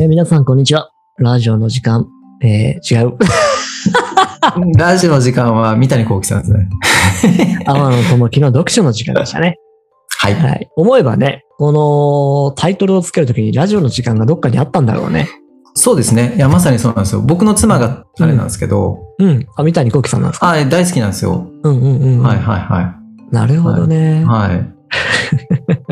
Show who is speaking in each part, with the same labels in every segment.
Speaker 1: えー皆さん、こんにちは。ラジオの時間。えー違 う。
Speaker 2: ラジオの時間は三谷幸喜さんですね。
Speaker 1: 天野智樹の読書の時間でしたね。
Speaker 2: はい。
Speaker 1: はい。思えばね、このタイトルをつけるときにラジオの時間がどっかにあったんだろうね。
Speaker 2: そうですね。いや、まさにそうなんですよ。僕の妻があれなんですけど、
Speaker 1: うん。あ、三谷幸喜さんなんですか
Speaker 2: あ大好きなんですよ。
Speaker 1: うんうんうん。
Speaker 2: はいはいは
Speaker 1: なるほどね。
Speaker 2: い。はい。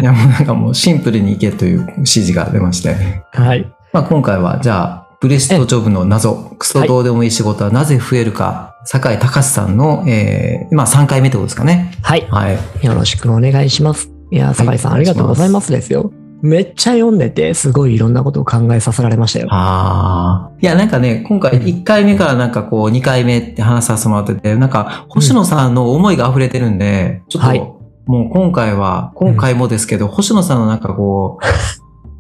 Speaker 2: いや、もうなんかもうシンプルにいけという指示が出まして。
Speaker 1: はい。
Speaker 2: まあ今回は、じゃあ、ブレストジョブの謎、クソどうでもいい仕事はなぜ増えるか、酒井隆さんの、えー、まあ3回目ってことですかね。
Speaker 1: はい。
Speaker 2: はい。
Speaker 1: よろしくお願いします。いやー、酒井さん、
Speaker 2: はい
Speaker 1: ありがとうございますですよ。めっちゃ読んでて、すごいいろんなことを考えさせられましたよ。
Speaker 2: ああ。いや、なんかね、今回1回目からなんかこう、2回目って話させてもらってて、なんか、星野さんの思いが溢れてるんで、ちょっと、
Speaker 1: はい
Speaker 2: もう今回は、今回もですけど、星野さんのなんかこう、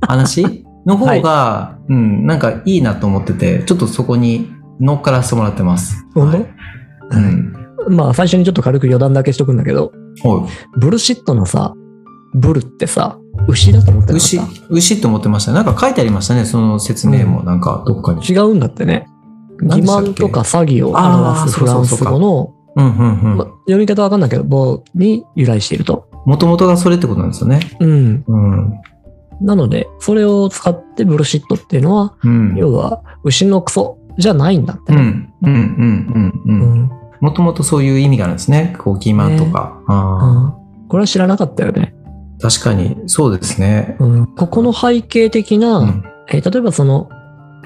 Speaker 2: 話の方が、うん、なんかいいなと思ってて、ちょっとそこに乗っからせてもらってます。
Speaker 1: 本
Speaker 2: はい
Speaker 1: 当
Speaker 2: うん。
Speaker 1: まあ、最初にちょっと軽く余談だけしとくんだけど、
Speaker 2: おい
Speaker 1: ブルシットのさ、ブルってさ、牛だと思ってなか
Speaker 2: 牛
Speaker 1: っ、
Speaker 2: 牛って思ってました。なんか書いてありましたね、その説明も、なんかどっかに。
Speaker 1: た違うんだってね。
Speaker 2: 何
Speaker 1: 欺
Speaker 2: でしたっけ
Speaker 1: 瞞とか詐欺を
Speaker 2: あー
Speaker 1: 表す
Speaker 2: そ
Speaker 1: フ
Speaker 2: う
Speaker 1: ラ
Speaker 2: そ
Speaker 1: ン
Speaker 2: うそう
Speaker 1: ス語の、
Speaker 2: うん、うん、う
Speaker 1: ま
Speaker 2: ん。
Speaker 1: 読み方わかんないけど、棒に由来していると。
Speaker 2: もともとがそれってことなんですよね。
Speaker 1: うん。
Speaker 2: うん。
Speaker 1: なので、それを使ってブルシットっていうのは、
Speaker 2: うん。
Speaker 1: 要は、牛のクソじゃないんだって
Speaker 2: う
Speaker 1: ね。
Speaker 2: んうんうん
Speaker 1: う
Speaker 2: う
Speaker 1: ん
Speaker 2: うん。
Speaker 1: ん。
Speaker 2: もともとそういう意味があるんですね。こう、キーマンとか。あ
Speaker 1: うんこれは知らなかったよね。
Speaker 2: ー確かに、そうですね。
Speaker 1: うん。ここの背景的な、
Speaker 2: うん。
Speaker 1: えー例えばその、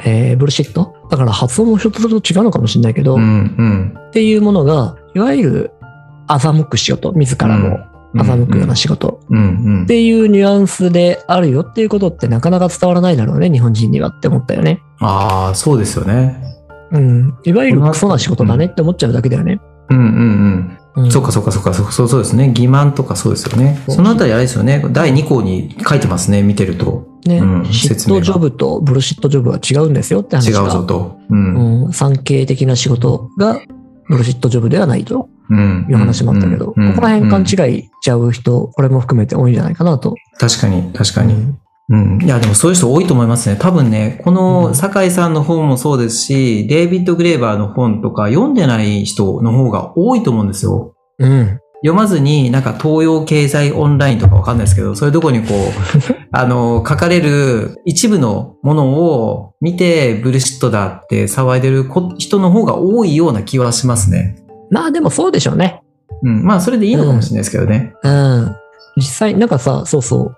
Speaker 1: えーブルシットだから発音もひょっとすると違うのかもしれないけど、
Speaker 2: うん。う
Speaker 1: っ
Speaker 2: ん。
Speaker 1: ていうものが、いわゆる、欺く仕事、自らも欺くような仕事
Speaker 2: うんうん
Speaker 1: っ。ていうニュアンスであるよっていうことってなかなか伝わらないだろうね、日本人にはって思ったよね。
Speaker 2: ああ、そうですよね。
Speaker 1: うん。いわゆるクソな仕事だねって思っちゃうだけだよね。
Speaker 2: うんうん
Speaker 1: う
Speaker 2: うん。
Speaker 1: ん
Speaker 2: そうかそうかそうか、そうそうそうですね。欺瞞とかそうですよね。
Speaker 1: そう
Speaker 2: そのあたりあれですよね。第2項に書いてますね、見てると。
Speaker 1: ね。
Speaker 2: うん
Speaker 1: 嫉
Speaker 2: 説明
Speaker 1: 妬
Speaker 2: が
Speaker 1: ジョブとブルシットジョブは違うんですよって
Speaker 2: 違
Speaker 1: 話
Speaker 2: う
Speaker 1: が。
Speaker 2: ぞと。うん。
Speaker 1: うん。産経的な仕事がブルシットジョブではないと
Speaker 2: うん。
Speaker 1: いう話もあったけど、
Speaker 2: うんうん
Speaker 1: ここら辺
Speaker 2: う
Speaker 1: 勘
Speaker 2: ん
Speaker 1: 違いしちゃう人、これも含めて多いんじゃないかなと。
Speaker 2: 確かに、確かに。
Speaker 1: うん
Speaker 2: うん。いや、でもそういう人多いと思いますね。多分ね、こ
Speaker 1: うん
Speaker 2: の酒井さんの本もそうですし、デイビッド・グレーバーの本とか読んでない人の方が多いと思うんですよ。
Speaker 1: うん。
Speaker 2: 読まずに、なんか東洋経済オンラインとかわかんないですけど、そういうと こにこう、あの、書かれる一部のものを見て、ブルシットだって騒いでるこ人の方が多いような気はしますね。
Speaker 1: まあでもそうでしょうね。
Speaker 2: うん。まあ、それでいいのかもしれないですけどね。
Speaker 1: うん。実際、なんかさ、そうそう。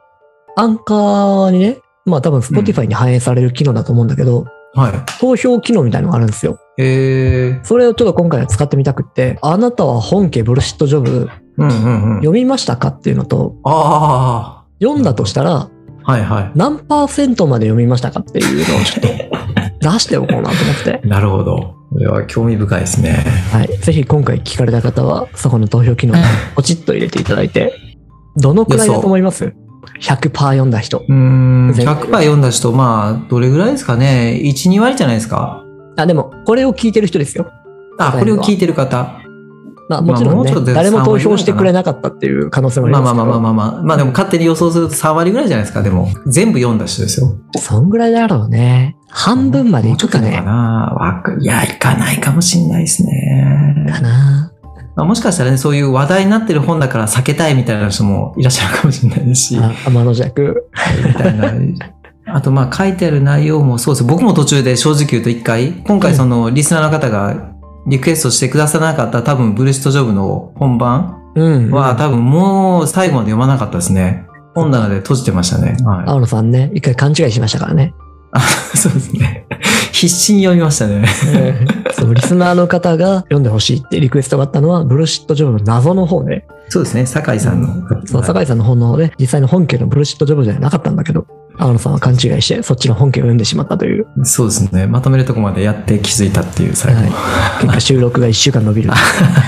Speaker 1: アンカーにね、まあ多分 Spotify に反映される機能だと思うんだけど、
Speaker 2: はい。
Speaker 1: 投票機能みたいなのがあるんですよ。
Speaker 2: えー。
Speaker 1: それをちょっと今回は使ってみたくって、あなたは本家ブルシットジョブ
Speaker 2: うんうんうん。
Speaker 1: 読みましたかっていうのと、
Speaker 2: あ
Speaker 1: 読んだとしたら
Speaker 2: あ。はいは
Speaker 1: 何パーセントまで読みましたかっていうのをちょっと出しておこうなと思って。
Speaker 2: い。なるほど。これは興味深いですね。
Speaker 1: はい。ぜひ今回聞かれた方は、そこの投票機能をポチッと入れていただいて、どのくらいだと思います ?100% 読んだ人。
Speaker 2: うーん、
Speaker 1: 全体
Speaker 2: 100杯読んだ人、まあ、どれぐらいですかね。1、2割じゃないですか。
Speaker 1: あ、でも、これを聞いてる人ですよ。
Speaker 2: あ、これを聞いてる方。
Speaker 1: まあ、もちろんね、
Speaker 2: まあもうちょっとで
Speaker 1: 誰も投票してくれなかったっていう可能性もあり
Speaker 2: まあ
Speaker 1: ま
Speaker 2: ますあ
Speaker 1: け
Speaker 2: ま
Speaker 1: ど、
Speaker 2: あまあまあまあ。まあでも勝手に予想すると3割ぐらいじゃないですか。でも、全部読んだ人ですよ。
Speaker 1: そんぐらいだろうね。半分までいくか
Speaker 2: もうちょっといくのか
Speaker 1: ね。
Speaker 2: なわかいや、いかないかもしんないです
Speaker 1: か
Speaker 2: ね。
Speaker 1: な。
Speaker 2: まあ、もしかしたらね、そういう話題になってる本だから避けたいみたいな人もいらっしゃるかもしれないですし、
Speaker 1: あ天の弱。
Speaker 2: みたい な。あと、まあ、書いてある内容もそうです。僕も途中で正直言うと一回、今回その、リスナーの方がリクエストしてくださらなかった多分、ブルシットジョブの本番
Speaker 1: うん。
Speaker 2: は多分もう最後まで読まなかったですね。本棚で閉じてましたね。は
Speaker 1: 青野さんね、一回勘違いしましたから ね。
Speaker 2: い。そうですね。必死に読みましたね。
Speaker 1: そう、リスナーの方が読んでほしいってリクエストがあったのは、ブルシットジョブの謎の方ね。
Speaker 2: そうですね。酒井さんの。
Speaker 1: そう、酒井さんの本の方で、実際の本家のブルシットジョブじゃなかったんだけど、青野さんは勘違いして、そっちの本家を読んでしまったという、
Speaker 2: そうですね。まとめるとこまでやって気づいたっていう最後。
Speaker 1: はい、結果収録が1週間伸びる。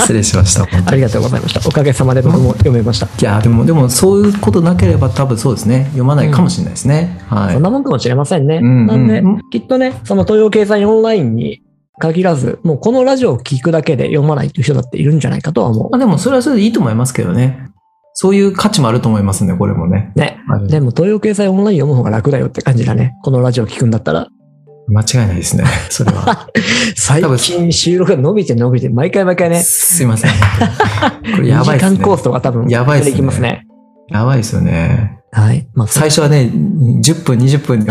Speaker 2: 失礼しました。
Speaker 1: ありがとうございました。おかげさまで僕も読めました。
Speaker 2: いや、でも、でも、そういうことなければ多分そうですね。読まないかもしれないですね。はい
Speaker 1: そん。なもんかもしれませんね。
Speaker 2: うん
Speaker 1: なんで
Speaker 2: うん、
Speaker 1: きっとね、その東洋経済オンラインに限らず、もうこのラジオを聞くだけで読まないという人だっているんじゃないかとは思う
Speaker 2: ま。あでもそれはそれでいいと思いますけどね。そういう価値もあると思いますね、これもね。
Speaker 1: ね。
Speaker 2: はい
Speaker 1: でも、東洋経済オンライン読む方が楽だよって感じだね。このラジオ聞くんだったら。
Speaker 2: 間違いないですね、それは。
Speaker 1: 最
Speaker 2: 多分
Speaker 1: 近収録が伸びて伸びて、毎回毎 回ね、
Speaker 2: すいません。これやばいで
Speaker 1: 2
Speaker 2: す
Speaker 1: 時
Speaker 2: ね
Speaker 1: 間。コースとか多分、
Speaker 2: やばいっすね
Speaker 1: できますね。
Speaker 2: やばいですよね。
Speaker 1: はい。まあ、
Speaker 2: 最初はね、10分、20分 で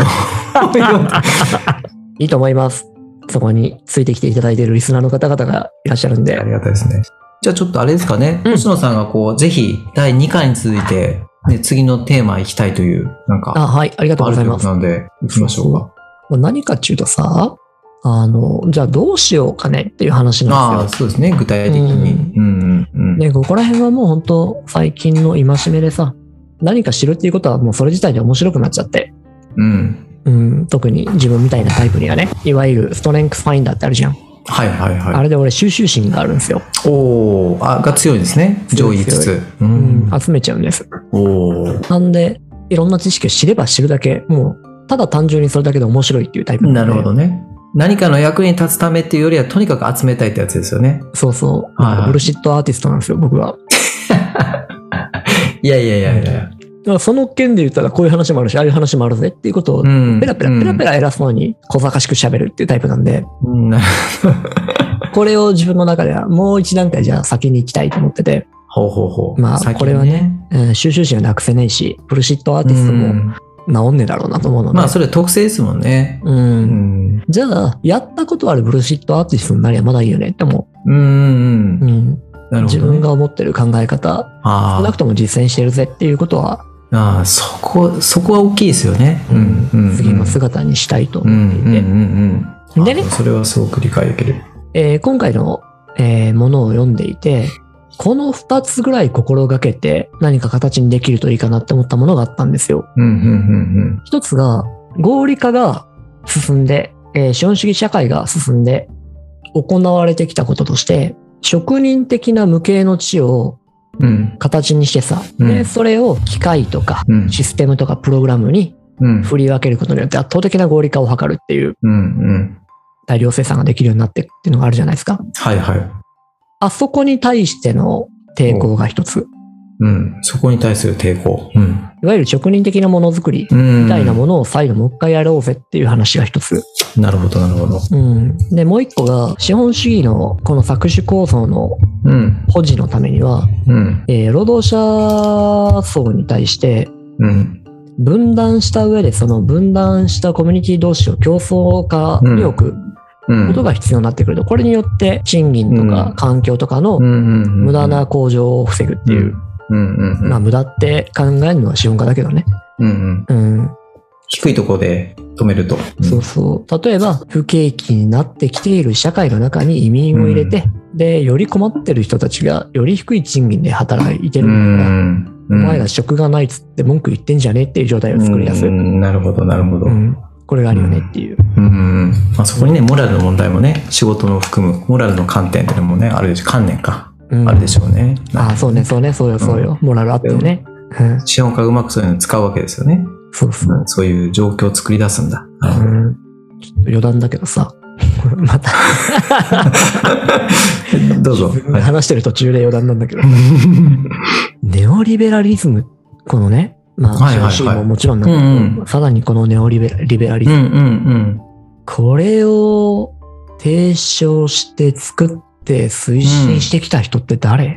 Speaker 1: いいと思います。そこについてきていただいているリスナーの方々がいらっしゃるんで
Speaker 2: あ。りがたいですね。じゃあちょっとあれですかね、
Speaker 1: うん
Speaker 2: 星野さんがこう、ぜひ第2回に続いて、ね、次のテーマ行きたいという、なんか、
Speaker 1: あ、はい。ありがとう
Speaker 2: あ
Speaker 1: ご
Speaker 2: ると
Speaker 1: ざい
Speaker 2: い
Speaker 1: ます
Speaker 2: うこと。なんで、行きましょうか。
Speaker 1: まあ何かっていうとさ、あの、じゃあどうしようかねっていう話なん
Speaker 2: ああ、
Speaker 1: ですよ。
Speaker 2: そうですね、具体的に。うんうんうん。
Speaker 1: で、ここら辺はもう本当最近の戒めでさ、何か知るっていうことはもうそれ自体で面白くなっちゃって、
Speaker 2: うん。
Speaker 1: うん、特に自分みたいなタイプにはね、いわゆるストレンクスファインダーってあるじゃん。
Speaker 2: はいはいはい。
Speaker 1: あれで俺収集心があるんですよ。
Speaker 2: おお、あ、が強いんですね。上
Speaker 1: 強
Speaker 2: 位
Speaker 1: い
Speaker 2: 5つ。う
Speaker 1: うんん、。集めちゃうんです。
Speaker 2: おお。
Speaker 1: なんで、いろんな知識を知れば知るだけ、もう、ただ単純にそれだけで面白いっていうタイプんで
Speaker 2: なるほど。ね。何かの役に立つためっていうよりは、とにかく集めたいってやつですよね。
Speaker 1: そうそう。
Speaker 2: はい
Speaker 1: なんかブルシットアーティストなんですよ、僕は。
Speaker 2: いやいやいやい
Speaker 1: だ
Speaker 2: や。
Speaker 1: からその件で言ったらこういう話もあるし、ああいう話もあるぜっていうことを
Speaker 2: うん。
Speaker 1: ペラペラペラペ
Speaker 2: ラ。
Speaker 1: ラ偉そうに小賢しく喋るっていうタイプなんで、
Speaker 2: うんなるほど。
Speaker 1: これを自分の中ではもう一段階じゃあ先に行きたいと思ってて、
Speaker 2: ほうほうほう。
Speaker 1: まあ
Speaker 2: 先に
Speaker 1: これはうん、収集心はなくせねえし、ブルシットアーティスト
Speaker 2: う
Speaker 1: も
Speaker 2: ん
Speaker 1: 治んねえだろうなと思うので、
Speaker 2: まあ、それ特性ですもんね。
Speaker 1: う。
Speaker 2: うんん。
Speaker 1: じゃあ、やったことあるブルシットアーティストになりゃまだいいよねって思
Speaker 2: うんうん
Speaker 1: う。
Speaker 2: うん。
Speaker 1: うん。
Speaker 2: なるほどね。
Speaker 1: 自分が思ってる考え方、少な
Speaker 2: あ
Speaker 1: くとも実践してるぜっていうことは、
Speaker 2: あ、ああ、そこ、そこは大きいですよね。うん。うん。
Speaker 1: 次の姿にしたいと
Speaker 2: うん。うん
Speaker 1: 思っ
Speaker 2: うん
Speaker 1: ていて、
Speaker 2: うん。
Speaker 1: でね
Speaker 2: あそれはすごく理解できる。
Speaker 1: えー今回の、えーものを読んでいて、この2つぐらい心がけて何か形にできるといいかなって思ったものがあったんですよ。
Speaker 2: うんうんうん
Speaker 1: 一つが合理化が進んで、えー資本主義社会が進んで行われてきたこととして、職人的な無形の地を
Speaker 2: うん。うん。
Speaker 1: 形にしてさ、
Speaker 2: う
Speaker 1: で
Speaker 2: ん
Speaker 1: それを機械とか
Speaker 2: うん。
Speaker 1: システムとかプログラムに
Speaker 2: うん。
Speaker 1: 振り分けることによって圧倒的な合理化を図るっていう
Speaker 2: うんうん。
Speaker 1: 大量生産ができるようになってっていうのがあるじゃないですか。
Speaker 2: はいはい。
Speaker 1: あそこに対しての抵抗が一つ。
Speaker 2: うん。そこに対する抵抗。うん。
Speaker 1: いわゆる職人的なものづくり
Speaker 2: うん。
Speaker 1: みたいなものを再度もう一回やろうぜっていう話が一つ。
Speaker 2: なるほど、なるほど。
Speaker 1: うん。で、もう一個が、資本主義のこの搾取構造の
Speaker 2: うん。
Speaker 1: 保持のためには、
Speaker 2: うん。
Speaker 1: えー労働者層に対して、
Speaker 2: うん。
Speaker 1: 分断した上で、その分断したコミュニティ同士を競争化に置く
Speaker 2: うん。
Speaker 1: ことが必要になってくると、これによって賃金と
Speaker 2: う
Speaker 1: か
Speaker 2: ん
Speaker 1: 環境とかの
Speaker 2: うんうんうん。
Speaker 1: 無駄な向上を防ぐっ
Speaker 2: う
Speaker 1: て
Speaker 2: ん。
Speaker 1: いう、
Speaker 2: うんうんうん。
Speaker 1: まあ無駄って考えるのは資本家だけどね。
Speaker 2: うんうん。
Speaker 1: うん。
Speaker 2: 低いところで止めると。
Speaker 1: そうそう。例えば、不景気になってきている社会の中に移民を入れて、で、より困ってる人たちが、より低い賃金で働いて
Speaker 2: う
Speaker 1: るんだから、
Speaker 2: ん。
Speaker 1: お前ら職がないっつって文句言ってんじゃねえっていう状態を作り出す。
Speaker 2: う
Speaker 1: うん
Speaker 2: んなるほど、なるほど。うん
Speaker 1: これがあるよねっていう。
Speaker 2: うん。まあそこにね、モラルの問題もね、仕事の含む、モラルの観点っていうのもね、あるでしょ、観念か。
Speaker 1: うん
Speaker 2: あるでしょうね。
Speaker 1: ああ、そうね、そうね、そうよ、そうよ。モラルあってね。うん、
Speaker 2: 資本家がうまくそういうのを使うわけですよね。
Speaker 1: そうそう。
Speaker 2: そういう状況を作り出すんだ。な
Speaker 1: う
Speaker 2: るほど
Speaker 1: ん、ちょっと余談だけどさ、 また、
Speaker 2: どうぞ。はい
Speaker 1: 話してる途中で余談なんだけど、ネオリベラリズム、このね、まあ、
Speaker 2: はいはいはい
Speaker 1: 資本主義ももちろんなん
Speaker 2: う
Speaker 1: だ
Speaker 2: ん
Speaker 1: けど、
Speaker 2: うん。
Speaker 1: さらにこのネオリベラリベラリ
Speaker 2: う
Speaker 1: ズム、
Speaker 2: んうん
Speaker 1: これを提唱して作って推進してきた人って誰、
Speaker 2: うん。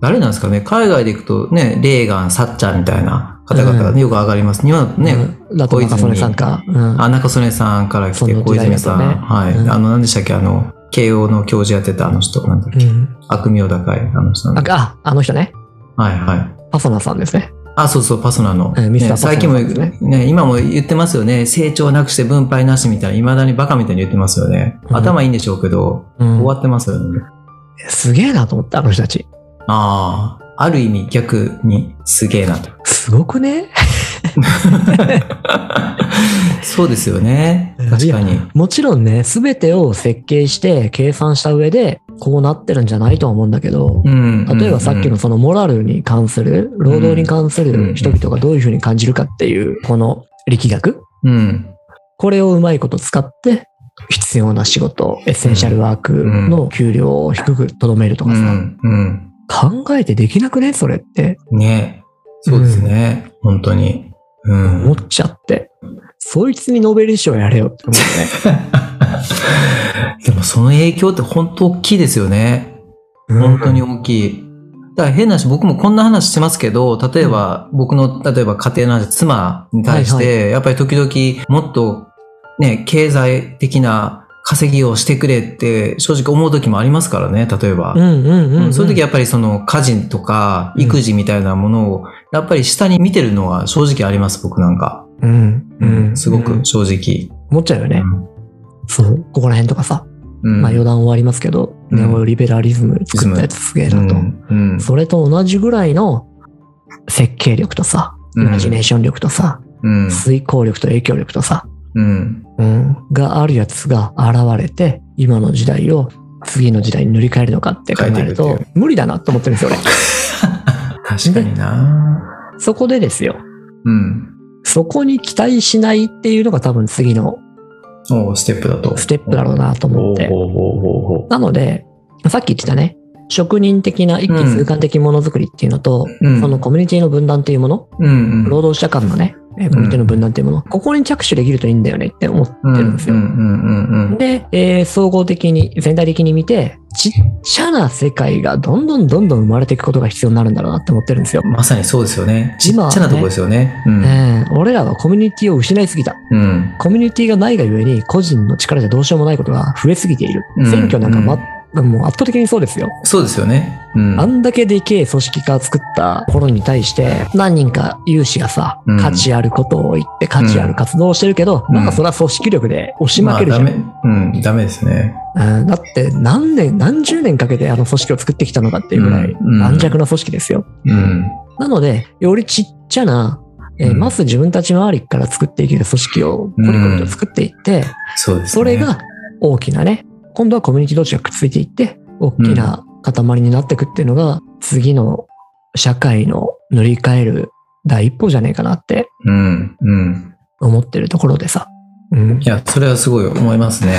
Speaker 2: 誰なんですかね海外で行くとね、レーガン、サッチャーみたいな方々がね、よく上がります。日本はね、
Speaker 1: うん、だと中曽根さんか。うん
Speaker 2: あ、中曽根さんから来
Speaker 1: そ
Speaker 2: て、
Speaker 1: の
Speaker 2: 小
Speaker 1: 時代
Speaker 2: 泉
Speaker 1: だ
Speaker 2: さ
Speaker 1: と
Speaker 2: ん。
Speaker 1: ね
Speaker 2: はい。
Speaker 1: うん
Speaker 2: あの、何でしたっけあの、慶応の教授やってたあの人、なんだっ
Speaker 1: う
Speaker 2: け、
Speaker 1: ん
Speaker 2: 悪名高い、あの人なんだ
Speaker 1: あ
Speaker 2: っけ
Speaker 1: あ、あの人ね。
Speaker 2: はいはい。
Speaker 1: パソナさんですね。
Speaker 2: あ、そうそう、パソナの。
Speaker 1: うんミスター
Speaker 2: ね
Speaker 1: パソナ
Speaker 2: 最近も、
Speaker 1: さんですね
Speaker 2: ね、今も言ってますよね。成長なくして分配なしみたいな、未だにバカみたいに言ってますよね。
Speaker 1: うん
Speaker 2: 頭いいんでしょうけど、
Speaker 1: うん
Speaker 2: 終わってますよね。
Speaker 1: すげえなと思った、あの人たち。
Speaker 2: ああ、ある意味逆にすげ えなと。
Speaker 1: すごくね
Speaker 2: そうですよね。確かに。
Speaker 1: もちろんね、すべてを設計して計算した上で、こうなってるんじゃないとは思うんだけど、
Speaker 2: うん
Speaker 1: 例えばさっきの、そのモラルに関する、労働に関す
Speaker 2: うん
Speaker 1: る人々がどういうふうに感じるかっていう、この力学
Speaker 2: うんうん。
Speaker 1: これをうまいこと使って、必要な仕事、エッセンシャルワークの給料を低くとどめると
Speaker 2: う
Speaker 1: かさ、
Speaker 2: ん。うん。
Speaker 1: 考えてできなくねそれって
Speaker 2: ねそうですね。本当に。う
Speaker 1: 思っ。
Speaker 2: ん
Speaker 1: ちゃって。そいつにノーベル賞やれよって思う
Speaker 2: でもその影響って本当大きいですよね。
Speaker 1: ね。
Speaker 2: 本当に大きい。だから変な話、僕もこんな話してますけど、例えば、僕の、例えば家庭の話、妻に対して、やっぱり時々、もっと、ね、経済的な稼ぎをしてくれって、正直思う時もありますからね、例えば。
Speaker 1: うんうんうん、うん。
Speaker 2: そういう時やっぱりその家事とか
Speaker 1: うん
Speaker 2: 育児みたいなものをやっぱり下に見てるのは正直あります僕なんか、
Speaker 1: うんうん。
Speaker 2: すご
Speaker 1: うん
Speaker 2: く正直、
Speaker 1: 思っちゃうよね。そう。ここら辺とかさ。
Speaker 2: うん
Speaker 1: まあ余談はありますけど、
Speaker 2: うん
Speaker 1: ネオリベラリズム作ったやつすげえなと。
Speaker 2: うんうん
Speaker 1: それと同じぐらいの設計力とさ、イマジネーション力とさ、
Speaker 2: うん
Speaker 1: 遂行力と影響力とさ、
Speaker 2: うん
Speaker 1: うん、があるやつが現れて、今の時代を次の時代に塗り替えるのかって考える
Speaker 2: 変え
Speaker 1: と
Speaker 2: ていくっ、
Speaker 1: 無理だなと思ってるんですよ、
Speaker 2: 確かにな
Speaker 1: 俺。そこでですよ。
Speaker 2: うん
Speaker 1: そこに期待しないっていうのが多分次の
Speaker 2: おうステップだと
Speaker 1: ステップだろうなと思
Speaker 2: ほ
Speaker 1: っ
Speaker 2: う
Speaker 1: て。
Speaker 2: ほうほうほうほ
Speaker 1: なので、さっき言ってたね、職人的な一気通貫的ものづくりっていうのと、
Speaker 2: ううん
Speaker 1: そのコミュニティの分断っていうもの、
Speaker 2: うんうん
Speaker 1: 労働者間のね、えーコミュニティの分断っていうもの、ここに着手できるといいんだよねって思ってるんですよ。
Speaker 2: うんうんうんうん
Speaker 1: で、えー総合的に、全体的に見て、ちっちゃな世界がどんどんどんどん生まれていくことが必要になるんだろうなって思ってるんですよ。
Speaker 2: まさにそうですよねちっち
Speaker 1: 今はね
Speaker 2: ゃなとこですよねうん
Speaker 1: えー俺らはコミュニティを失いすぎた。
Speaker 2: うん
Speaker 1: コミュニティがないがゆえに、個人の力じゃどうしようもないことが増えすぎている。
Speaker 2: うん
Speaker 1: 選挙なんか、
Speaker 2: う
Speaker 1: ま
Speaker 2: ん、
Speaker 1: もう圧倒的にそうですよ。
Speaker 2: そうですよねうん
Speaker 1: あんだけでけえ組織が作った頃に対して、何人か有志がさ
Speaker 2: うん、
Speaker 1: 価値あることを言って価値ある活動をしてるけど、
Speaker 2: うん
Speaker 1: まあそれは組織力で押し負けるじゃん。
Speaker 2: まあダメうんダメですね
Speaker 1: うんだって何年、何十年かけてあの組織を作ってきたのかっていうぐらい
Speaker 2: うんうん
Speaker 1: 軟弱な組織ですよ。
Speaker 2: うん
Speaker 1: なので、よりちっちゃな、えー
Speaker 2: うん
Speaker 1: まず自分たち周りから作っていける組織をポリコリと作っていって、
Speaker 2: そうですね
Speaker 1: それが大きなね、今度はコミュニティ同士がくっついていって、大きな塊になっていくっていうのが、次の社会の塗り替える第一歩じゃねえかなって
Speaker 2: うん、うん。
Speaker 1: 思ってるところでさ。うん
Speaker 2: い。や、それはすごい思いますね。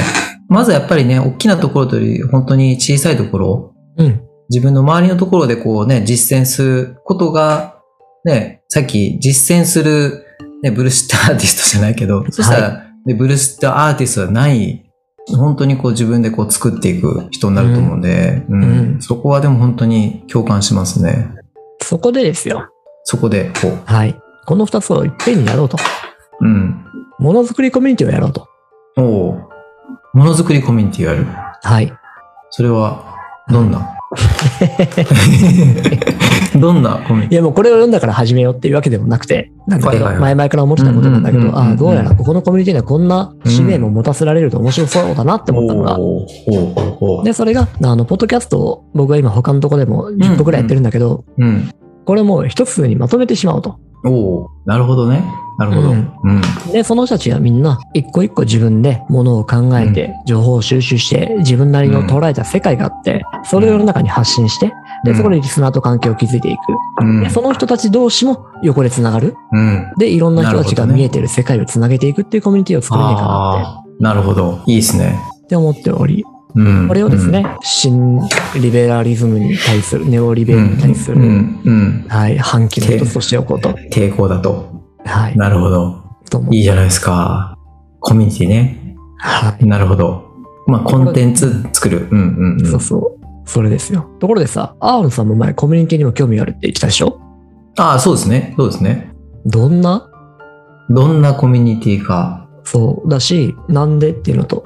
Speaker 2: まずやっぱりね、大きなところというより、本当に小さいところ、
Speaker 1: うん。
Speaker 2: 自分の周りのところでこうね、実践することが、ね、さっき実践する、ね、ブルシッターアーティストじゃないけど、そしたら、ねブルシッターアーティストじゃない、本当にこう自分でこう作っていく人になると思うんで、うん
Speaker 1: うん
Speaker 2: そこはでも本当に共感しますね。
Speaker 1: そこでですよ。
Speaker 2: そこで、こう、
Speaker 1: はい。この二つをいっぺんにやろうと。
Speaker 2: うん。
Speaker 1: ものづくりコミュニティをやろうと。
Speaker 2: おうものづくりコミュニティやる。
Speaker 1: はい。
Speaker 2: それは、ど んなどんなコミュニ
Speaker 1: い
Speaker 2: テ
Speaker 1: やもうこれを読んだから始めようっていうわけでもなくて、なんだけど、
Speaker 2: はいはい
Speaker 1: 前
Speaker 2: は
Speaker 1: 々から思ってたことなんだけ
Speaker 2: うんう
Speaker 1: ど、
Speaker 2: んうんうん
Speaker 1: ああ、どうやらここのコミュニティにはこんな使命も持たせられると面白そうだなって
Speaker 2: ィ
Speaker 1: 思ったのが、
Speaker 2: おーおーおーおー
Speaker 1: で、それが、あの、ポッドキャストを僕は今他のとこでも10個くらいやってるんだけど、
Speaker 2: うん。
Speaker 1: これもう一つにまとめてしまおうと。
Speaker 2: おおなるほどね。なるほど。う
Speaker 1: うんん。で、その人たちはみんな一個一個自分でものを考えて、情報を収集して、自分なりの捉えた世界があって、それを世の中に発信して、
Speaker 2: う
Speaker 1: で、
Speaker 2: ん
Speaker 1: そこでリスナーと関係を築いていく。
Speaker 2: うん
Speaker 1: で、その人たち同士も横で繋がる。
Speaker 2: うん。
Speaker 1: で、いろんな人たちが
Speaker 2: なるほどね
Speaker 1: 見えてる世界を繋げていくっていうコミュニティを作れないかな
Speaker 2: ああ、なるほど。いいですね。
Speaker 1: ってって思っており、
Speaker 2: うん。
Speaker 1: これをですね、新リベラリズムに対する、ネオリ
Speaker 2: う
Speaker 1: ベ
Speaker 2: ん。
Speaker 1: ル
Speaker 2: うん
Speaker 1: に対する、
Speaker 2: うん。うん。
Speaker 1: はい、反旗の一つとしておこうと。
Speaker 2: 抵抗だと。
Speaker 1: はい。
Speaker 2: なるほど。
Speaker 1: と思う
Speaker 2: いいじゃないですか。コミュニティね。
Speaker 1: はい。
Speaker 2: なるほど。まあ、コンテンツ作る。うんうんう
Speaker 1: そ
Speaker 2: ん
Speaker 1: う。そう。それですよ。ところでさ、アーロンさんも前コミュニティにも興味があるって言ってたでしょ
Speaker 2: ああ、そうですね。そうですね。
Speaker 1: どんな
Speaker 2: どんなコミュニティか。
Speaker 1: そうだし、なんでっていうのと。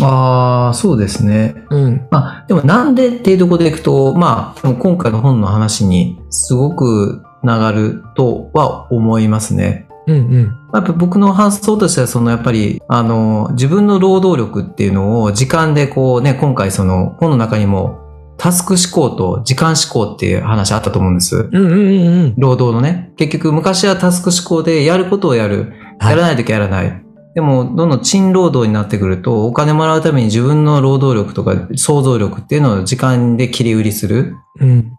Speaker 2: ああ、そうですね。
Speaker 1: うん。
Speaker 2: まあ、でもなんでっていうところでいくと、まあ、でも今回の本の話にすごくつながるとは思いますね。
Speaker 1: うん
Speaker 2: まあやっぱ僕の発想としては、そのやっぱり、あの、自分の労働力っていうのを時間でこうね、今回その本の中にもタスク思考と時間思考っていう話あったと思うんです。
Speaker 1: うん。うんうんうんうん。
Speaker 2: 労働のね。結局昔はタスク思考でやることをやる。
Speaker 1: はい
Speaker 2: やらないときはやらない。でも、どんどん賃労働になってくると、お金もらうために自分の労働力とか想像力っていうのを時間で切り売りする。
Speaker 1: うん。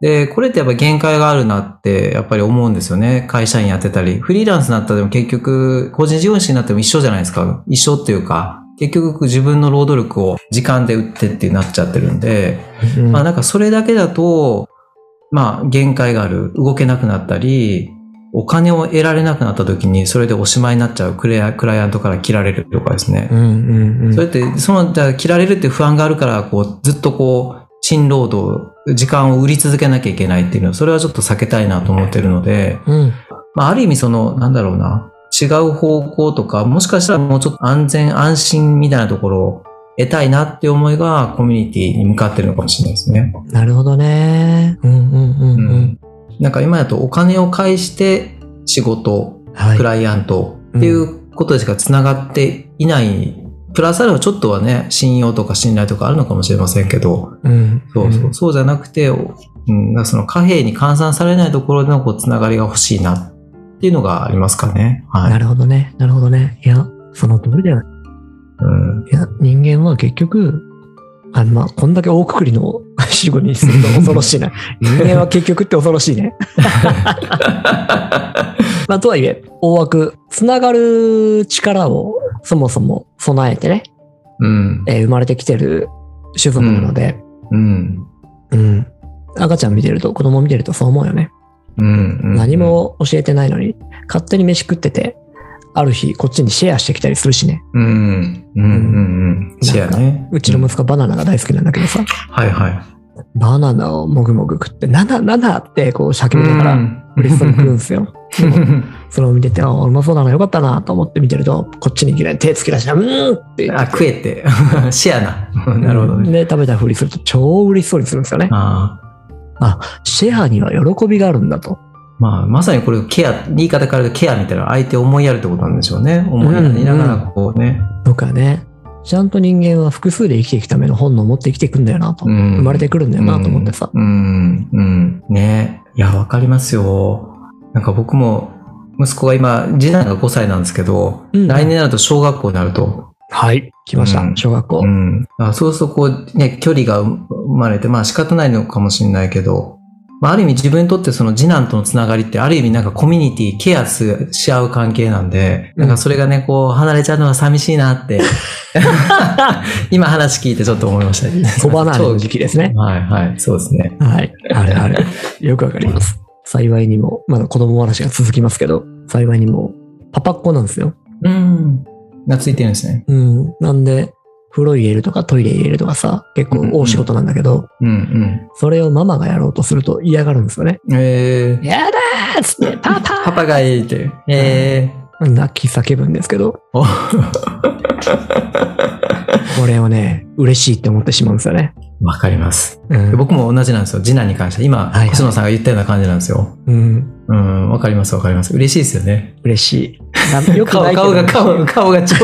Speaker 2: で、これってやっぱ限界があるなって、やっぱり思うんですよね。会社員やってたり。フリーランスになったらでも結局、個人事業主になっても一緒じゃないですか。一緒っていうか、結局自分の労働力を時間で売ってってなっちゃってるんで、
Speaker 1: うん
Speaker 2: まあなんかそれだけだと、まあ限界がある、動けなくなったり、お金を得られなくなった時にそれでおしまいになっちゃうクレアクライアントから切られるとかですね。
Speaker 1: うんうんうん
Speaker 2: それって、その、じゃあ切られるって不安があるから、こう、ずっとこう、新労働、時間を売り続けなきゃいけないっていうのは、それはちょっと避けたいなと思ってるので、
Speaker 1: うん
Speaker 2: まあ、ある意味その、なんだろうな、違う方向とか、もしかしたらもうちょっと安全安心みたいなところを得たいなって思いが、コミュニティに向かってるのかもしれないですね。
Speaker 1: なるほどね。うんうんうんうん。
Speaker 2: なんか今だとお金を介して仕事
Speaker 1: はい
Speaker 2: ク。ライアントっていうことでしかつながっていない、プラスアルファちょっとはね信用とか信頼とかあるのかもしれませんけど
Speaker 1: うん。
Speaker 2: そうそう,、
Speaker 1: ん
Speaker 2: そうじゃなくて、うん、なんかその貨幣に換算されないところでのこうつながりが欲しいなっていうのがありますかね。は
Speaker 1: ないるほどね。なるほどね。いや、その通りだよ。
Speaker 2: うん
Speaker 1: いや、人間は結局、あの、まあ、こんだけ大くくりの死後にすると恐ろしいな。人間は結局って恐ろしいね。 まあ、とはいえ、大枠、つながる力をそもそも備えてね、
Speaker 2: うん
Speaker 1: えー生まれてきてる種族なので、
Speaker 2: うん
Speaker 1: うん。赤ちゃん見てると、子供見てるとそう思うよね。
Speaker 2: うんうん
Speaker 1: 何も教えてないのに、勝手に飯食ってて、ある日、こっちにシェアしてきたりするしね。
Speaker 2: うんうんうんうんシェアね
Speaker 1: うちの息子バナナが大好きなんだけどさ、
Speaker 2: はいはい
Speaker 1: バナナをもぐもぐ食って、ナナ、ナナってこう叫びながら、嬉しそうに食うんで
Speaker 2: う
Speaker 1: すよ。
Speaker 2: ん
Speaker 1: それを見てて、あ、うまそうだな、よかったな、と思って見てると、こっちにいきなり手つき出して、うーんって。
Speaker 2: あ食えてシェアな なるほどね
Speaker 1: で、食べたふりすると、超嬉しそうにするんですよね。
Speaker 2: ああ
Speaker 1: シェアには喜びがあるんだと。
Speaker 2: まあ、まさにこれケア、言い方から言うとケアみたいな相手を思いやるってことなんでしょうね。思いやりながらこうね。
Speaker 1: 僕はね、ちゃんと人間は複数で生きていくための本能を持って生きていくんだよなと。
Speaker 2: う
Speaker 1: 生
Speaker 2: ん
Speaker 1: まれてくるんだよなと思ってさ。
Speaker 2: うん、うん、ねいや、わかりますよ。なんか僕も、息子が今、次男が5歳なんですけど、
Speaker 1: うん
Speaker 2: 来年になると小学校になると。
Speaker 1: はい。来まし
Speaker 2: うん
Speaker 1: た。小学校
Speaker 2: う。ん。あそうするとこう、ね、距離が生まれて、まあ仕方ないのかもしれないけど、まあある意味自分にとってその次男とのつながりってある意味なんかコミュニティケアすし合う関係なんで、
Speaker 1: うん
Speaker 2: なんかそれがね、こう離れちゃうのは寂しいな って、今話聞いてちょっと思いましたね。。
Speaker 1: 小離れの時期ですね
Speaker 2: はいはい、そうですね。
Speaker 1: はい。あるある。よくわかります。幸いにも、まだ子供話が続きますけど、幸いにも、パパっ子なんですよ。
Speaker 2: うん。懐いてるんですね。
Speaker 1: うん。なんで、風呂入れるとかトイレ入れるとかさ、結構大仕事なんだけど、
Speaker 2: うん
Speaker 1: それをママがやろうとすると嫌がるんですよね。
Speaker 2: うん。えー、
Speaker 1: やだーっつ って、パ
Speaker 2: パ
Speaker 1: パ
Speaker 2: パがいいって。え
Speaker 1: 泣き叫ぶんですけど、
Speaker 2: ー。お
Speaker 1: これをね、嬉しいって思ってしまうんですよね。
Speaker 2: わかります。
Speaker 1: うん。
Speaker 2: 僕も同じなんですよ。次男に関して。今、
Speaker 1: はいはい
Speaker 2: 星野さんが言ったような感じなんですよ。
Speaker 1: うん。
Speaker 2: うん、わかりますわかります。嬉しいですよね。
Speaker 1: 嬉しい。 なよく
Speaker 2: 顔
Speaker 1: ないけど
Speaker 2: 顔が、顔顔が超、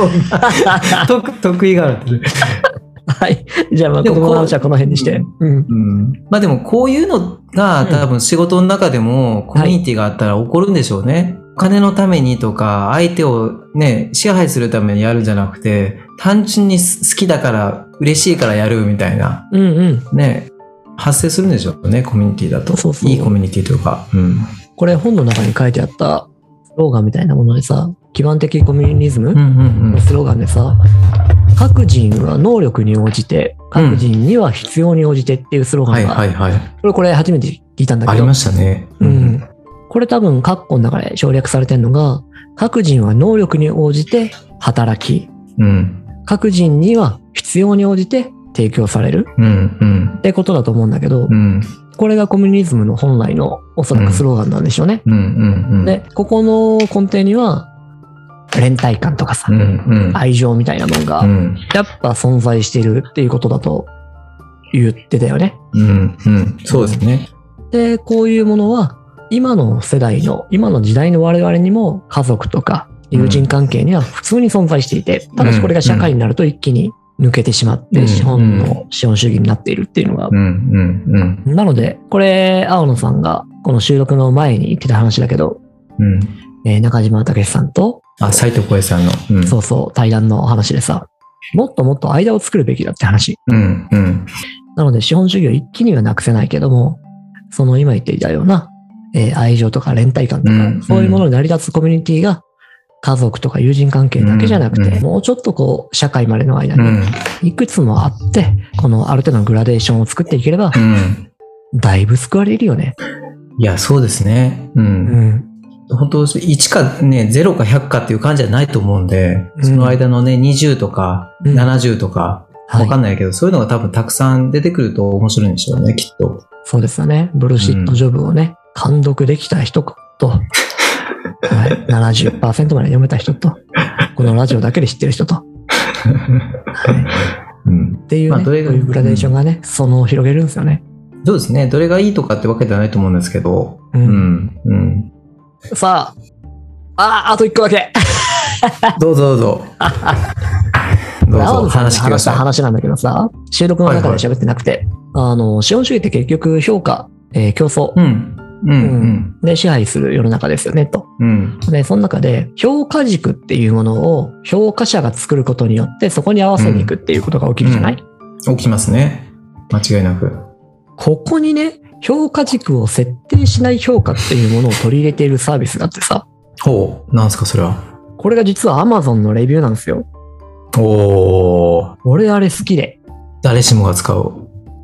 Speaker 2: 得得意があるってる。
Speaker 1: はい。じゃあ、まあ、
Speaker 2: で
Speaker 1: こ
Speaker 2: もこう
Speaker 1: の話はこの辺にして。うん。
Speaker 2: うん。まあでも、こういうのが、
Speaker 1: うん
Speaker 2: 多分仕事の中でも、コミュニティがあったら起こるんでしょうね。お金のためにとか、相手をね、支配するためにやるんじゃなくて、単純に好きだから、嬉しいからやるみたいな、
Speaker 1: うんうん。
Speaker 2: ね、発生するんでしょうね、コミュニティだと。
Speaker 1: そうそう
Speaker 2: いいコミュニティというか。うん。
Speaker 1: これ本の中に書いてあったスローガンみたいなものでさ、基盤的コミュニズム
Speaker 2: うんうん
Speaker 1: のスローガンでさ、各人は能力に応じて、各人には必要に応じてっていうスロー
Speaker 2: うん。
Speaker 1: ガ
Speaker 2: は
Speaker 1: ン
Speaker 2: い
Speaker 1: が、
Speaker 2: はいはい。
Speaker 1: これこれ初めて聞いたんだ
Speaker 2: あ
Speaker 1: け
Speaker 2: り
Speaker 1: ど
Speaker 2: ま、したね。
Speaker 1: うん。これ多分括弧の中で省略されてるのが、各人は能力に応じて働き、
Speaker 2: うん。
Speaker 1: 各人には必要に応じて提供される
Speaker 2: うんうん。
Speaker 1: ってことだと思うんだけど
Speaker 2: う、ん。
Speaker 1: これがコミュニズムの本来のおそらくスローガンなんでしょうね。
Speaker 2: うんうんうん。
Speaker 1: で、ここの根底には、連帯感とかさ
Speaker 2: う、んうん。
Speaker 1: 愛情みたいなもん
Speaker 2: う
Speaker 1: が、
Speaker 2: ん
Speaker 1: やっぱ存在しているっていうことだと言ってたよね。
Speaker 2: うんうん。そうですね。
Speaker 1: で、こういうものは、今の世代の、今の時代の我々にも家族とか友人関係には普通に存在していて、ただしこれが社会になると一気に抜けてしまっ
Speaker 2: う
Speaker 1: て、
Speaker 2: ん
Speaker 1: 資本の資本主義になっているっていうのが
Speaker 2: う、んうんうん。
Speaker 1: なので、これ、青野さんがこの収録の前に言ってた話だけど、
Speaker 2: うん。
Speaker 1: えー中島武さんと
Speaker 2: あ、斎藤浩平さんの。うん。
Speaker 1: そうそう、対談の話でさ、もっともっと間を作るべきだって話。
Speaker 2: うんうん。
Speaker 1: なので、資本主義を一気にはなくせないけども、その今言っていたような、えー愛情とか連帯感とか、
Speaker 2: うん
Speaker 1: そういうものに成り立つコミュニティが、家族とか友人関係だけじゃなくて、
Speaker 2: うんうん
Speaker 1: もうちょっとこう、社会までの間
Speaker 2: う
Speaker 1: に、
Speaker 2: ん。
Speaker 1: いくつもあって、このある程度のグラデーションを作っていければ、
Speaker 2: うん。
Speaker 1: だいぶ救われるよね。
Speaker 2: いや、そうですね。う。
Speaker 1: うんん。
Speaker 2: 本当、1かね、0か100かっていう感じじゃないと思うんで、
Speaker 1: うん
Speaker 2: その間のね、20とか、
Speaker 1: うん
Speaker 2: 70とか、わか
Speaker 1: はい。
Speaker 2: んないけど、そういうのが多分たくさん出てくると面白いんでしょうね、きっ と。
Speaker 1: そうですよね。ブルシットジョブをね、監督できた人 と、はい、70%まで読めた人と、このラジオだけで知ってる人と、はい、
Speaker 2: うん。
Speaker 1: っていう、ね
Speaker 2: まあどれ
Speaker 1: こ
Speaker 2: が
Speaker 1: ういうグラデーションがね、そのを広げるんですよね。
Speaker 2: そうですね。どれがいいとかってわけではないと思うんですけど。
Speaker 1: う。
Speaker 2: うんん。うん。
Speaker 1: さあ、あ、あと一個だけ。
Speaker 2: どうぞどう ぞ。ど う
Speaker 1: 青
Speaker 2: ぞ、
Speaker 1: 野さんに
Speaker 2: 話してくだ
Speaker 1: 話した
Speaker 2: さ
Speaker 1: 話なんだけどさ、収録の中で喋ってなくて、あの、資本主義って結局評価、えー競争
Speaker 2: い。うん。うん。
Speaker 1: で支配する世の中ですよね、と。
Speaker 2: うん。うん。
Speaker 1: で、その中で、評価軸っていうものを評価者が作ることによって、そこに合わせにいくっていうことが起きるじゃない、
Speaker 2: 起きますね。間違いなく。
Speaker 1: ここにね、評価軸を設定しない評価っていうものを取り入れているサービスがあってさ、
Speaker 2: ほう。なんすか、それは。
Speaker 1: これが実は Amazon のレビューなんですよ。
Speaker 2: おー。
Speaker 1: 俺あれ好きで。
Speaker 2: 誰しもが使う。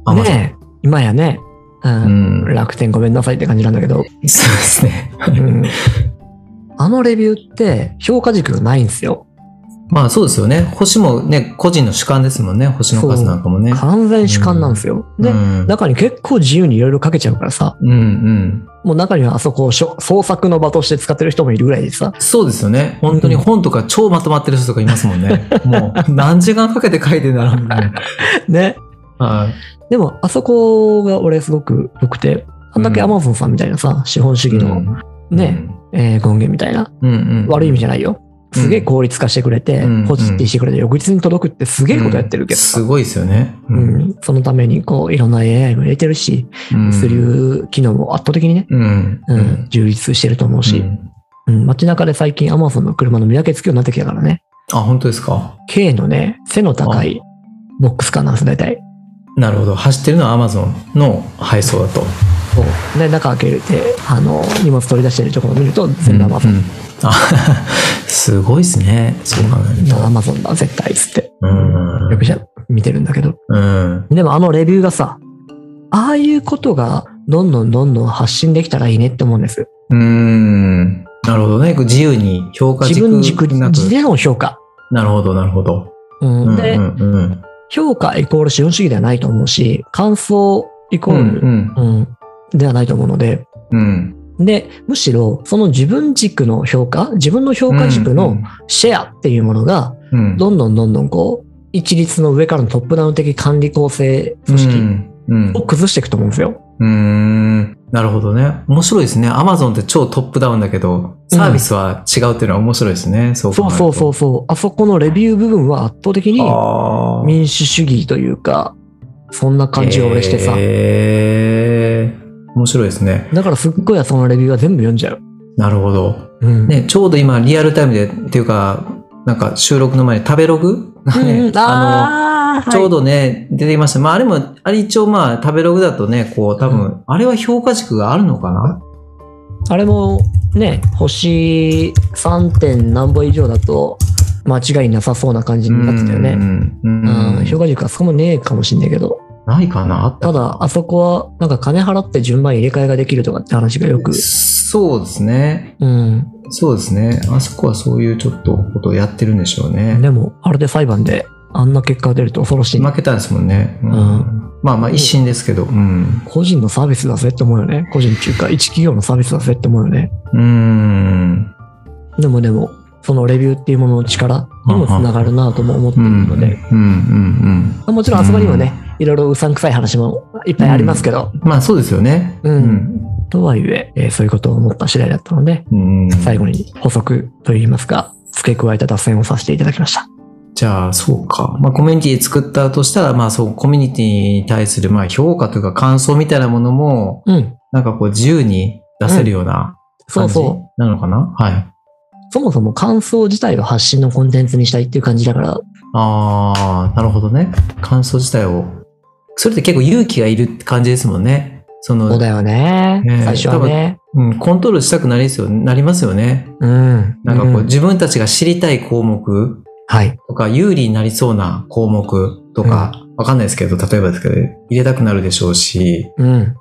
Speaker 2: アマゾン。
Speaker 1: ねえ今やね、う
Speaker 2: うんん。
Speaker 1: 楽天ごめんなさいって感じなんだけど、
Speaker 2: そうですね。
Speaker 1: うんあのレビューって評価軸がないんですよ。
Speaker 2: まあそうですよね。星もね、個人の主観ですもんね。星の数なんかもね。
Speaker 1: 完全主観なんですよ。で
Speaker 2: う、ん、
Speaker 1: 中に結構自由にいろいろ書けちゃうからさ、
Speaker 2: うんうん。
Speaker 1: もう中にはあそこをしょ創作の場として使ってる人もいるぐらいでさ、
Speaker 2: そうですよね。本当に本とか超まとまってる人とかいますもんね。もう何時間かけて書いてんだろうみた いな。
Speaker 1: ね。
Speaker 2: はい。
Speaker 1: でも、あそこが俺すごく良くて、あんだけ
Speaker 2: う
Speaker 1: ア
Speaker 2: ん
Speaker 1: マゾンさんみたいなさ、資本主義の、ね、えー、権限みたいな、
Speaker 2: うん、うんうん。
Speaker 1: 悪い意味じゃないよ。すげえ効率化してくれて
Speaker 2: うん、
Speaker 1: ポジティしてくれて、翌日に届くってすげえことやってるけど
Speaker 2: うんす
Speaker 1: さ、
Speaker 2: ごいですよね。う
Speaker 1: う。ん、そのためにこう、いろんな AI も入れてるし、
Speaker 2: うん
Speaker 1: スリュー機能も圧倒的にね、
Speaker 2: うん。
Speaker 1: うん。充実してると思うし、うん、街中で最近 Amazon の車の見分けつくようになってきたからね、
Speaker 2: あ、本当ですか。
Speaker 1: K のね、背の高いボックスカーなんです、大体。
Speaker 2: なるほど。走ってるのは Amazon の配送だと。
Speaker 1: そうで、中開けて、あの、荷物取り出してるところを見ると、全部 Amazon。
Speaker 2: うんうんあすごいですね。そう考えると。
Speaker 1: Amazon だ、絶対、つって。
Speaker 2: うん
Speaker 1: よくじゃ、見てるんだけど。
Speaker 2: うん。
Speaker 1: でもあのレビューがさ、ああいうことが、どんどんどんどん発信できたらいいねって思うんです。
Speaker 2: うーん。なるほどね。こう自由に評価
Speaker 1: 自
Speaker 2: 軸
Speaker 1: 分軸、
Speaker 2: なく。
Speaker 1: 自での評価。
Speaker 2: なるほど、なるほど。
Speaker 1: うん
Speaker 2: うん
Speaker 1: で、
Speaker 2: うんうん
Speaker 1: 評価イコール資本主義ではないと思うし、感想イコ
Speaker 2: う
Speaker 1: ール、
Speaker 2: ん
Speaker 1: うん、ではないと思うので、
Speaker 2: うんうん
Speaker 1: で、むしろその自分軸の評価、自分の評価軸のシェアっていうものが、
Speaker 2: うん
Speaker 1: どんどんどんどんこう、一律の上からのトップダウン的管理構成組織
Speaker 2: うん
Speaker 1: を崩していくと思うんですよ。
Speaker 2: うんうーんなるほどね。面白いですね。アマゾンって超トップダウンだけど、サービスは違うっていうのは面白いですね。そう
Speaker 1: そう
Speaker 2: 考えると
Speaker 1: そうそうそう。あそこのレビュー部分は圧倒的に
Speaker 2: あー
Speaker 1: 民主主義というか、そんな感じが俺してさ。
Speaker 2: えー面白いですね。
Speaker 1: だからすっごいそのレビューは全部読んじゃう。
Speaker 2: なるほど。
Speaker 1: うん。
Speaker 2: ね、ちょうど今リアルタイムでっていうか、なんか収録の前に食べログ、
Speaker 1: うんうん
Speaker 2: ね
Speaker 1: あ
Speaker 2: あの、ちょう
Speaker 1: ど、
Speaker 2: どね、出てきました。まああれも、あれ一応まあ食べログだとね、こう多分、
Speaker 1: う
Speaker 2: あれは評価軸があるのかな
Speaker 1: あれもね、星 3. 点何本以上だと間違いなさそうな感じになってたよね。
Speaker 2: うんうんうん
Speaker 1: うん、評価軸はそこもねえかもしんないけど、
Speaker 2: ないかなあっ
Speaker 1: た
Speaker 2: た
Speaker 1: だ、あそこは、なんか金払って順番入れ替えができるとかって話がよく、
Speaker 2: そうですね。
Speaker 1: うん。
Speaker 2: そうですね。あそこはそういうちょっとことをやってるんでしょうね。
Speaker 1: でも、あれで裁判であんな結果が出ると恐ろしい。
Speaker 2: 負けたんですもんね。うん
Speaker 1: うん
Speaker 2: まあまあ一審ですけど。うん。
Speaker 1: 個人のサービスだぜって思うよね。個人中華、一企業のサービスだぜって思うよね。
Speaker 2: うん。
Speaker 1: でもでも、そのレビューっていうものの力にもつながるなとも思って
Speaker 2: う
Speaker 1: いる
Speaker 2: ん。
Speaker 1: ので、
Speaker 2: うん。うん。
Speaker 1: もちろんあそこにもね、いろいろうさんくさい話もいっぱいありますけど、
Speaker 2: うん。まあそうですよね。
Speaker 1: うんとはいええーそういうことを思った次第だったので、
Speaker 2: うん。うん
Speaker 1: 最後に補足といいますか、付け加えた脱線をさせていただきました。
Speaker 2: じゃあ、そうか。まあ、コミュニティ作ったとしたら、まあ、そう、コミュニティに対する、まあ、評価というか感想みたいなものも、
Speaker 1: うん。
Speaker 2: なんかこう、自由に出せるような
Speaker 1: そ
Speaker 2: 感
Speaker 1: う
Speaker 2: じ
Speaker 1: そう。
Speaker 2: なのかな、はい。
Speaker 1: そもそも感想自体を発信のコンテンツにしたいっていう感じだから、
Speaker 2: ああ、なるほどね。感想自体を。それって結構勇気がいるって感じですもんね。その、
Speaker 1: そうだよね。
Speaker 2: ねえ
Speaker 1: 最初はね。
Speaker 2: うん、コントロールしたくなりですよなりますよね。
Speaker 1: うん。
Speaker 2: なんかこう、
Speaker 1: うん
Speaker 2: 自分たちが知りたい項目
Speaker 1: はい。
Speaker 2: とか、有利になりそうな項目とか、わかんないですけど、例えばですけど、入れたくなるでしょうし、
Speaker 1: うん。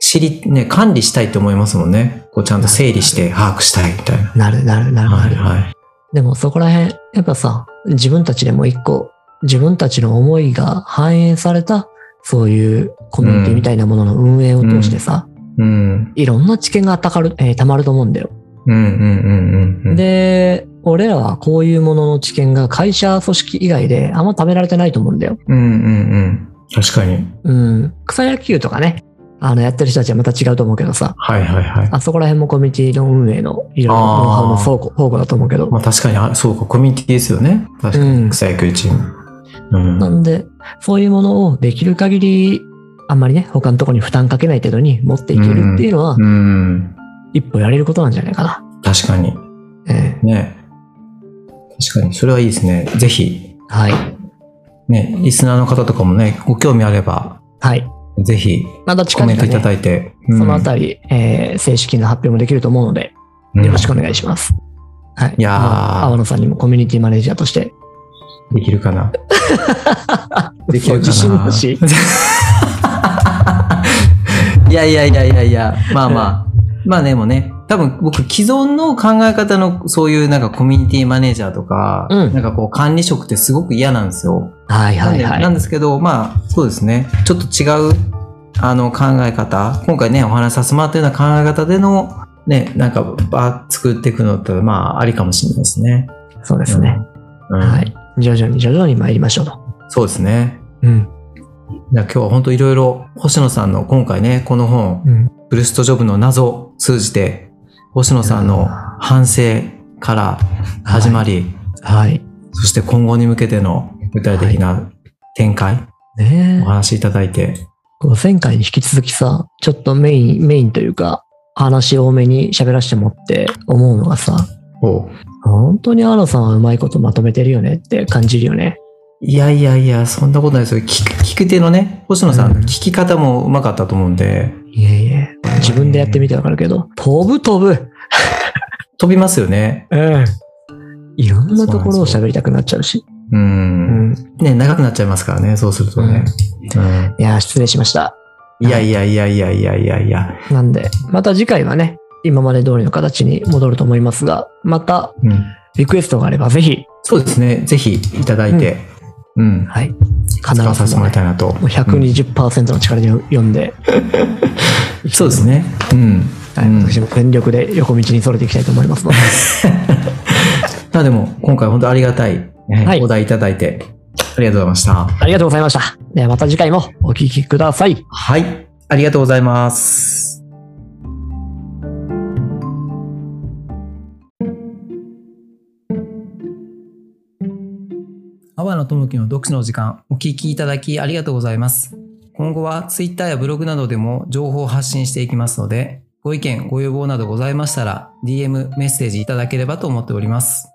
Speaker 2: 知り、ね、管理したいって思いますもんね。こう、ちゃんと整理して把握したいみたいな。
Speaker 1: なる、なる、なる、な
Speaker 2: はい、
Speaker 1: る。
Speaker 2: はい。
Speaker 1: でもそこら辺、やっぱさ、自分たちでも一個、自分たちの思いが反映された、そういうコミュニティみたいなものの運営を通してさ、
Speaker 2: うん。
Speaker 1: いろんな知見がたかる、えーたまると思うんだよ。
Speaker 2: うん、うん、うん、うん。、
Speaker 1: で、俺らはこういうものの知見が会社組織以外であんま食べられてないと思うんだよ。
Speaker 2: うん、うん、うん。確かに。
Speaker 1: うん。草野球とかね、あの、やってる人たちはまた違うと思うけどさ、
Speaker 2: はい、はい、はい。
Speaker 1: あそこら辺もコミュニティの運営のいろいろ
Speaker 2: あ
Speaker 1: ノ
Speaker 2: ー
Speaker 1: ウハウの倉庫宝庫だと思うけど。
Speaker 2: まあ確かに、あそうか、コミュニティですよね。確かに。
Speaker 1: うん
Speaker 2: 草野球チーム。うん。
Speaker 1: なんで、そういうものをできる限り、あんまりね、他のところに負担かけない程度に持っていけるっていうのは、
Speaker 2: うん。
Speaker 1: 一歩やれることなんじゃないかな。
Speaker 2: 確かに。
Speaker 1: ええ
Speaker 2: ね。確かに、それはいいですね。ぜひ、
Speaker 1: はい。
Speaker 2: ね、リスナーの方とかもね、ご興味あれば、
Speaker 1: はい。
Speaker 2: ぜひ、
Speaker 1: また近
Speaker 2: コ
Speaker 1: 々、
Speaker 2: メ
Speaker 1: ね、
Speaker 2: ントいただいて。うん
Speaker 1: そのあたり、えー正式な発表もできると思うので、
Speaker 2: うん
Speaker 1: よろしくお願いします。はい。
Speaker 2: いやー
Speaker 1: あの、阿野さんにもコミュニティマネージャーとして、
Speaker 2: できるかな。できるかな
Speaker 1: 自信なし。
Speaker 2: いやいやいやいやいや、まあまあ。まあでもね、多分僕既存の考え方のそういうなんかコミュニティマネージャーとか、
Speaker 1: うん
Speaker 2: なんかこう管理職ってすごく嫌なんですよ。
Speaker 1: はいはい
Speaker 2: なん
Speaker 1: は。
Speaker 2: でないんですけど、まあそうですね、ちょっと違うあの考え方、今回ね、お話しさせてもらったような考え方での、ね、なんかば作っていくのって、まあありかもしれないですね。
Speaker 1: そうですね。
Speaker 2: うん。うん
Speaker 1: はい。徐々に徐々に参りましょうと。
Speaker 2: そうですね。
Speaker 1: うん。
Speaker 2: じゃあ今日は本当いろいろ星野さんの今回ね、この本、
Speaker 1: うん。
Speaker 2: ブルストジョブの謎を通じて、星野さんの反省から始まり、
Speaker 1: はい。
Speaker 2: そして今後に向けての具体的な展開、
Speaker 1: ね
Speaker 2: お話しいただいて。
Speaker 1: え。前回に引き続きさ、ちょっとメイン、メインというか、話多めに喋らせてもらって思うのがさ、
Speaker 2: おう
Speaker 1: 本当にア野さんはうまいことまとめてるよねって感じるよね。
Speaker 2: いやいやいや、そんなことないですよ。聞く聞く手のね、星野さん、
Speaker 1: うん
Speaker 2: 聞き方もうまかったと思うんで、
Speaker 1: いえいえ。自分でやってみてわかるけど、飛ぶ飛ぶ
Speaker 2: 飛びますよね。
Speaker 1: うん。いろんなところを喋りたくなっちゃうし。
Speaker 2: う。
Speaker 1: うんん。
Speaker 2: ね、長くなっちゃいますからね、そうするとね。うん
Speaker 1: いやー、失礼しました。
Speaker 2: いやいやいやいやいやいやいや。
Speaker 1: なんで、また次回はね、今まで通りの形に戻ると思いますが、また
Speaker 2: うん
Speaker 1: リクエストがあればぜひ、
Speaker 2: そうですね。ぜひいただいて、うん。
Speaker 1: はい。必
Speaker 2: 使わさせ
Speaker 1: ず
Speaker 2: て
Speaker 1: も,、
Speaker 2: もらい
Speaker 1: ね、
Speaker 2: たいなと。
Speaker 1: もう120%の力で読んで、
Speaker 2: うんそうですね。うん。
Speaker 1: はい、
Speaker 2: うん
Speaker 1: 私も全力で横道にそれていきたいと思い ますので、
Speaker 2: まあでも、今回本当ありがたい、ね
Speaker 1: はい
Speaker 2: お題いただいて、ありがとうございました。
Speaker 1: ありがとうございました。ではまた次回もお聞きください。
Speaker 2: はい。ありがとうございます。阿波野智樹の読書の時間、お聞きいただきありがとうございます。今後は Twitter やブログなどでも情報を発信していきますので、ご意見、ご要望などございましたら、DM、メッセージいただければと思っております。